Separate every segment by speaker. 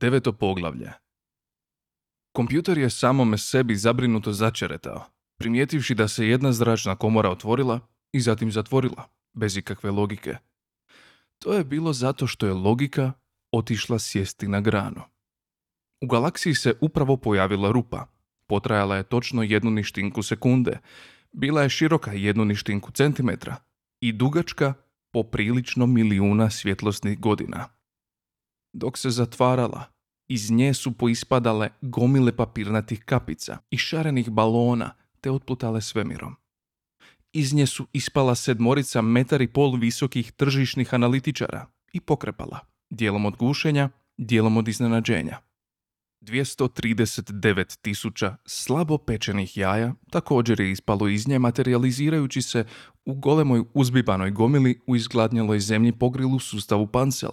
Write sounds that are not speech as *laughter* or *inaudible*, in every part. Speaker 1: Deveto poglavlje. Kompjuter je samome sebi zabrinuto začeretao, primijetivši da se jedna zračna komora otvorila i zatim zatvorila, bez ikakve logike. To je bilo zato što je logika otišla sjesti na granu. U galaksiji se upravo pojavila rupa. Potrajala je točno jednu ništinku sekunde. Bila je široka jednu ništinku centimetra i dugačka poprilično milijuna svjetlosnih godina. Dok se zatvarala, iz nje su poispadale gomile papirnatih kapica i šarenih balona te otplutale svemirom. Iz nje su ispala sedmorica metar i pol visokih tržišnih analitičara i pokrepala, dijelom od gušenja, dijelom od iznenađenja. 239 tisuća slabo pečenih jaja također je ispalo iz nje materializirajući se u golemoj uzbibanoj gomili u izgladnjeloj zemlji pogrilu sustavu pancel.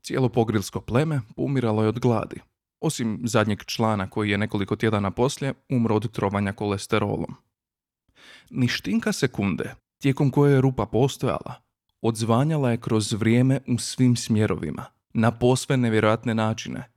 Speaker 1: Cijelo pogrilsko pleme umiralo je od gladi, osim zadnjeg člana koji je nekoliko tjedana poslije umro od trovanja kolesterolom. Ništinka sekunde, tijekom koje je rupa postojala, odzvanjala je kroz vrijeme u svim smjerovima, na posve nevjerojatne načine –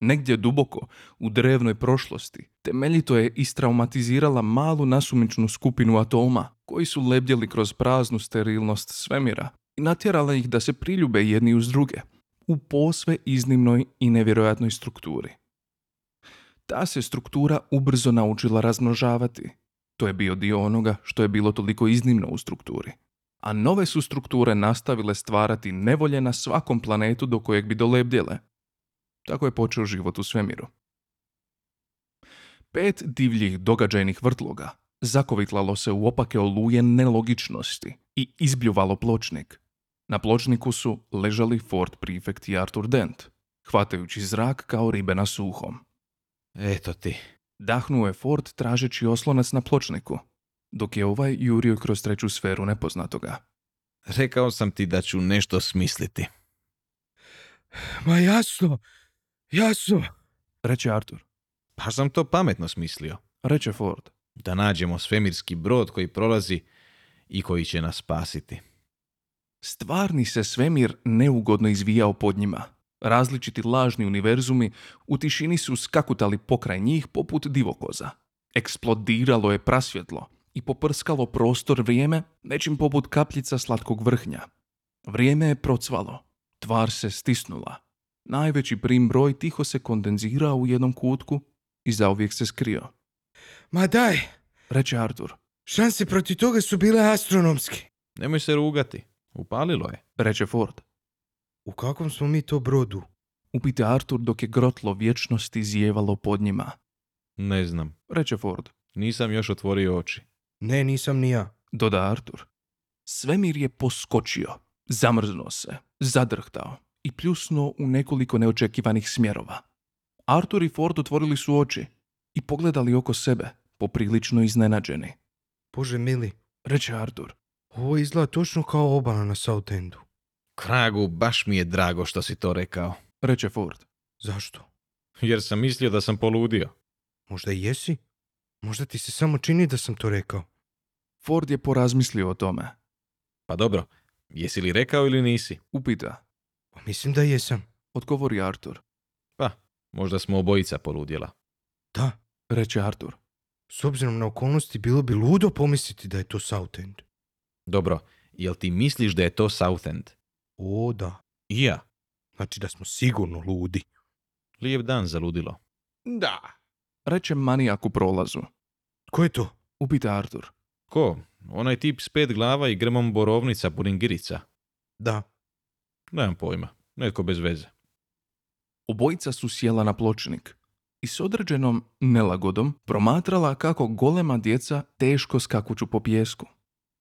Speaker 1: negdje duboko, u drevnoj prošlosti, temeljito je istraumatizirala malu nasumičnu skupinu atoma koji su lebdjeli kroz praznu sterilnost svemira i natjerala ih da se priljube jedni uz druge u posve iznimnoj i nevjerojatnoj strukturi. Ta se struktura ubrzo naučila razmnožavati. To je bio dio onoga što je bilo toliko iznimno u strukturi. A nove su strukture nastavile stvarati nevolje na svakom planetu do kojeg bi dolebdjele, tako je počeo život u svemiru. Pet divljih događajnih vrtloga zakovitlalo se u opake oluje nelogičnosti i izbljuvalo pločnik. Na pločniku su ležali Ford Prefect i Arthur Dent, hvatajući zrak kao ribe na suhom.
Speaker 2: Eto ti.
Speaker 1: Dahnuo je Ford tražeći oslonac na pločniku, dok je ovaj jurio kroz treću sferu nepoznatoga.
Speaker 2: Rekao sam ti da ću nešto smisliti.
Speaker 3: Ma jasno, jasno.
Speaker 1: Reče Arthur.
Speaker 2: Pa sam to pametno smislio.
Speaker 1: Reče Ford.
Speaker 2: Da nađemo svemirski brod koji prolazi i koji će nas spasiti.
Speaker 1: Stvarni se svemir neugodno izvijao pod njima. Različiti lažni univerzumi u tišini su skakutali pokraj njih poput divokoza. Eksplodiralo je prasvjetlo i poprskalo prostor vrijeme nečim poput kapljica slatkog vrhnja. Vrijeme je procvalo, Tvar se stisnula. Najveći prim broj tiho se kondenzirao u jednom kutku i zauvijek se skrio.
Speaker 3: Ma daj,
Speaker 1: Reče Artur.
Speaker 3: šanse protiv toga su bile astronomske.
Speaker 2: Nemoj se rugati. Upalilo je.
Speaker 1: Reče Ford.
Speaker 3: U kakvom smo mi to brodu?
Speaker 1: Upite Artur dok je grotlo vječnosti zijevalo pod njima.
Speaker 2: Ne znam.
Speaker 1: Reče Ford.
Speaker 2: Nisam još otvorio oči.
Speaker 3: Ne, nisam ni ja.
Speaker 1: Doda Artur. Svemir je poskočio. Zamrznuo se, zadrhtao i pljusnuo u nekoliko neočekivanih smjerova. Artur i Ford otvorili su oči i pogledali oko sebe, poprilično iznenađeni.
Speaker 3: Bože mili,
Speaker 1: Reče Artur,
Speaker 3: ovo izgleda točno kao obala na Southendu.
Speaker 2: Kragu, baš mi je drago što si to rekao.
Speaker 1: reče Ford.
Speaker 3: Zašto?
Speaker 2: Jer sam mislio da sam poludio.
Speaker 3: Možda i jesi? Možda ti se samo čini da sam to rekao.
Speaker 1: Ford je porazmislio o tome.
Speaker 2: Pa dobro, jesi li rekao ili nisi?
Speaker 1: Upita,
Speaker 3: Pa mislim da jesam.
Speaker 1: odgovori Artur.
Speaker 2: Pa, možda smo obojica poludjela.
Speaker 3: Da,
Speaker 1: Reče Artur,
Speaker 3: s obzirom na okolnosti bilo bi ludo pomisliti da je to Southend.
Speaker 2: Dobro, jel ti misliš da je to Southend?
Speaker 3: O da,
Speaker 2: I ja.
Speaker 3: znači da smo sigurno ludi.
Speaker 2: Lijep dan za ludilo.
Speaker 3: Da.
Speaker 1: reče manijak u prolazu.
Speaker 3: Ko je to?
Speaker 1: Upita Artur,
Speaker 2: Ko? Onaj tip s pet glava i grmom borovnica buringirica.
Speaker 3: Da.
Speaker 2: Nemam pojma. Netko bez veze.
Speaker 1: Obojica su sjela na pločnik i s određenom nelagodom promatrala kako golema djeca teško skakuću po pjesku,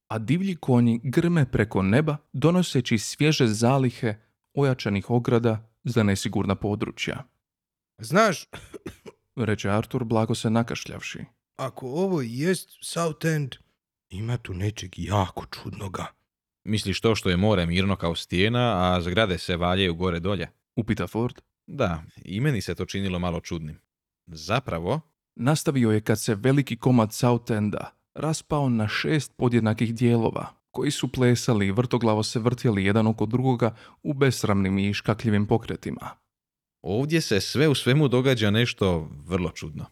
Speaker 1: a divlji konji grme preko neba donoseći svježe zalihe ojačanih ograda za nesigurna područja.
Speaker 3: Znaš,
Speaker 1: Reče Artur blago se nakašljavši.
Speaker 3: ako ovo jest Southend, ima tu nečeg jako čudnoga.
Speaker 2: Misliš to što je more mirno kao stijena, a zgrade se valjaju gore dolje?
Speaker 1: Upita Ford.
Speaker 2: Da, i meni se to činilo malo čudnim. Zapravo,
Speaker 1: Nastavio je kad se veliki komad Southenda raspao na šest podjednakih dijelova, koji su plesali i vrtoglavo se vrtjeli jedan oko drugoga u besramnim i škakljivim pokretima.
Speaker 2: Ovdje se sve u svemu događa nešto vrlo čudno.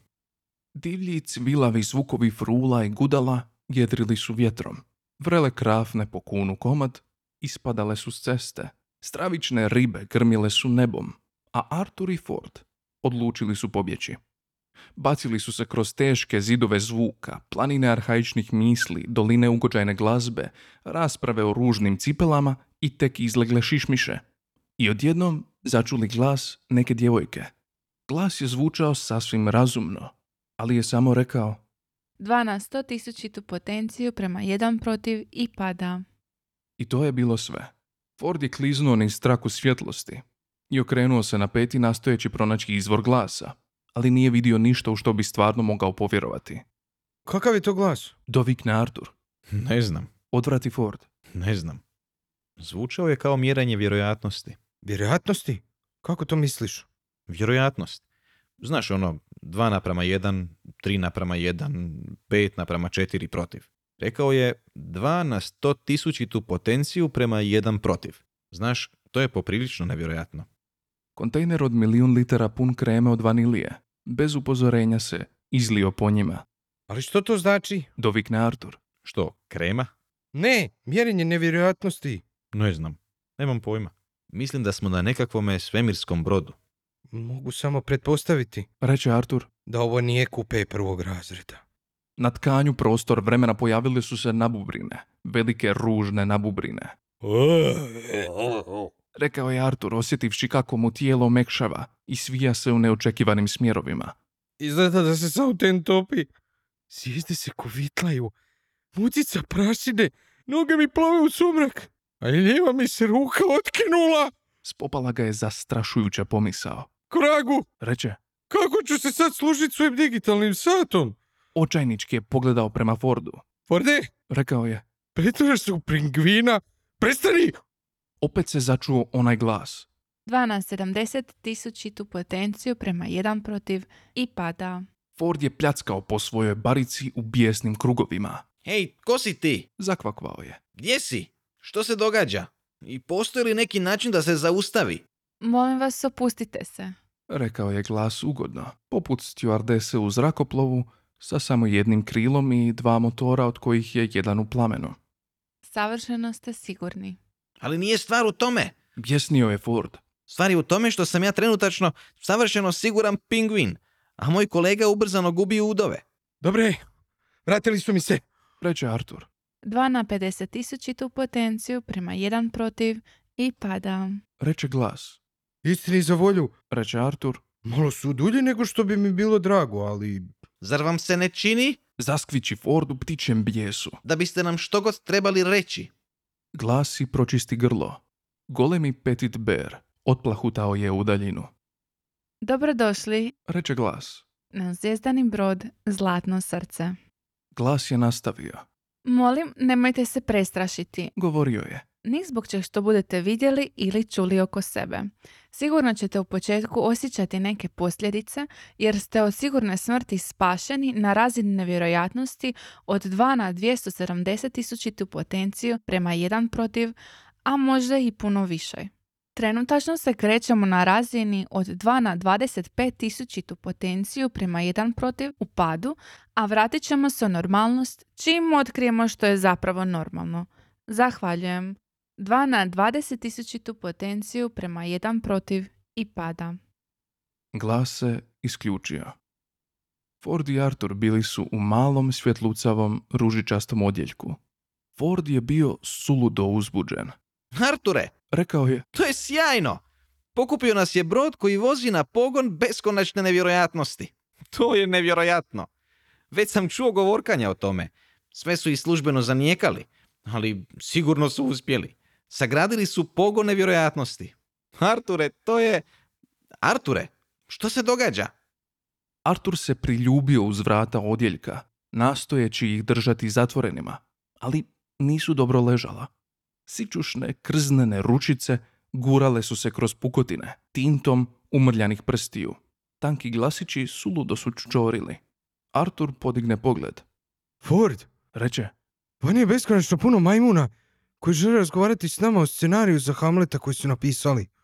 Speaker 1: Divlji cvilavi zvukovi frula i gudala jedrili su vjetrom. Vrele krafne po kunu komad ispadale su s ceste. Stravične ribe grmile su nebom, a Artur i Ford odlučili su pobjeći. Bacili su se kroz teške zidove zvuka, planine arhaičnih misli, doline ugođajne glazbe, rasprave o ružnim cipelama i tek izlegle šišmiše. I odjednom začuli glas neke djevojke. Glas je zvučao sasvim razumno, ali je samo rekao
Speaker 4: 2 na 100 tisućitu potenciju prema 1 protiv i pada.
Speaker 1: i to je bilo sve. Ford je kliznuo niz straku svjetlosti i okrenuo se na peti nastojeći pronaći izvor glasa, ali nije vidio ništa u što bi stvarno mogao povjerovati.
Speaker 3: Kakav je to glas?
Speaker 1: Dovikne Artur,
Speaker 2: Ne znam,
Speaker 1: odvrati Ford.
Speaker 2: ne znam. Zvučao je kao mjeranje vjerojatnosti.
Speaker 3: Vjerojatnosti? Kako to misliš?
Speaker 2: Vjerojatnost. Znaš ono, 2 naprama 1, 3 naprama 1, 5 naprama 4 protiv. Rekao je 2 na 100 tisućitu potenciju prema 1 protiv. Znaš, to je poprilično nevjerojatno.
Speaker 1: Kontejner od milijun litara pun kreme od vanilije, bez upozorenja se izlio po njima.
Speaker 3: Ali što to znači?
Speaker 1: Dovikne Artur.
Speaker 2: Što, krema?
Speaker 3: Ne, mjerenje nevjerojatnosti.
Speaker 2: Ne znam, nemam pojma. Mislim da smo na nekakvome svemirskom brodu.
Speaker 3: Mogu samo pretpostaviti
Speaker 1: Reče Artur.
Speaker 3: da ovo nije kupe prvog razreda.
Speaker 1: Na tkanju prostor vremena pojavile su se nabubrine, velike ružne nabubrine. Rekao je Artur osjetivši kako mu tijelo mekšava i svija se u neočekivanim smjerovima.
Speaker 3: Izgleda da se Southend topi. Sjezde se kovitlaju. Mucica prašine. Noge mi plove u sumrak. A i lijeva mi se ruka otkinula.
Speaker 1: Spopala ga je zastrašujuća pomisao.
Speaker 3: Kragu,
Speaker 1: Reče,
Speaker 3: kako ću se sad služiti svojim digitalnim satom?
Speaker 1: očajnički je pogledao prema Fordu.
Speaker 3: Forde,
Speaker 1: Rekao je,
Speaker 3: pretvaraš se u pingvina. Prestani!
Speaker 1: opet se začuo onaj glas.
Speaker 4: 2 na 70 tisućitu potenciju prema 1 protiv i pada.
Speaker 1: Ford je pljackao po svojoj barici u bijesnim krugovima.
Speaker 2: Hej, ko si ti?
Speaker 1: Zakvakvao je.
Speaker 2: Gdje si? Što se događa? I postoji li neki način da se zaustavi?
Speaker 4: Molim vas, opustite se.
Speaker 1: Rekao je glas ugodno, poput stjuardese u zrakoplovu sa samo jednim krilom i dva motora od kojih je jedan u plamenu.
Speaker 4: Savršeno ste sigurni.
Speaker 2: Ali nije stvar u tome.
Speaker 1: Bjesnio je Ford.
Speaker 2: Stvar je u tome što sam ja trenutačno savršeno siguran pingvin, a moj kolega ubrzano gubi udove.
Speaker 3: Dobre, vratili su mi se.
Speaker 1: Reče Artur.
Speaker 4: 2 na 50 tisućitu potenciju prema 1 protiv i pada.
Speaker 1: Reče glas.
Speaker 3: Istini za volju.
Speaker 1: Reče Artur.
Speaker 3: Malo su dulje nego što bi mi bilo drago, ali...
Speaker 2: Zar vam se ne čini
Speaker 1: Zaskvići Ford u ptičjem bijesu.
Speaker 2: da biste nam što god trebali reći?
Speaker 1: Glasi pročisti grlo. Golemi petit bear otplahutao je u daljinu.
Speaker 4: Dobrodošli
Speaker 1: Reče glas.
Speaker 4: na zvijezdani brod Zlatno srce.
Speaker 1: Glas je nastavio.
Speaker 4: Molim, nemojte se prestrašiti.
Speaker 1: Govorio je.
Speaker 4: ni zbog čeg što budete vidjeli ili čuli oko sebe. Sigurno ćete u početku osjećati neke posljedice jer ste od sigurne smrti spašeni na razini nevjerojatnosti od 2 na 270 tisućitu potenciju prema 1 protiv, a možda i puno više. Trenutačno se krećemo na razini od 2 na 25 tisućitu potenciju prema 1 protiv u padu, a vratit ćemo se u normalnost čim otkrijemo što je zapravo normalno. Zahvaljujem. 2 na 20 tisućitu potenciju prema 1 protiv i pada.
Speaker 1: Glas se isključio. Ford i Artur bili su u malom svjetlucavom ružičastom odjeljku. Ford je bio suludo uzbuđen.
Speaker 2: Arture,
Speaker 1: Rekao je,
Speaker 2: to je sjajno! Pokupio nas je brod koji vozi na pogon beskonačne nevjerojatnosti. *laughs* To je nevjerojatno. Već sam čuo govorkanja o tome. Sve su i službeno zanijekali, ali sigurno su uspjeli. Sagradili su pogon nevjerojatnosti. Arture, to je... Arture, što se događa?
Speaker 1: Artur se priljubio uz vrata odjeljka, nastojeći ih držati zatvorenima, ali nisu dobro ležala. Sičušne, krznene ručice gurale su se kroz pukotine, tintom umrljanih prstiju. Tanki glasići suludo su čorili. Artur podigne pogled.
Speaker 3: Ford,
Speaker 1: Reče,
Speaker 3: pa nije beskonačno puno majmuna koji žele razgovarati s nama o scenariju za Hamleta koji su napisali.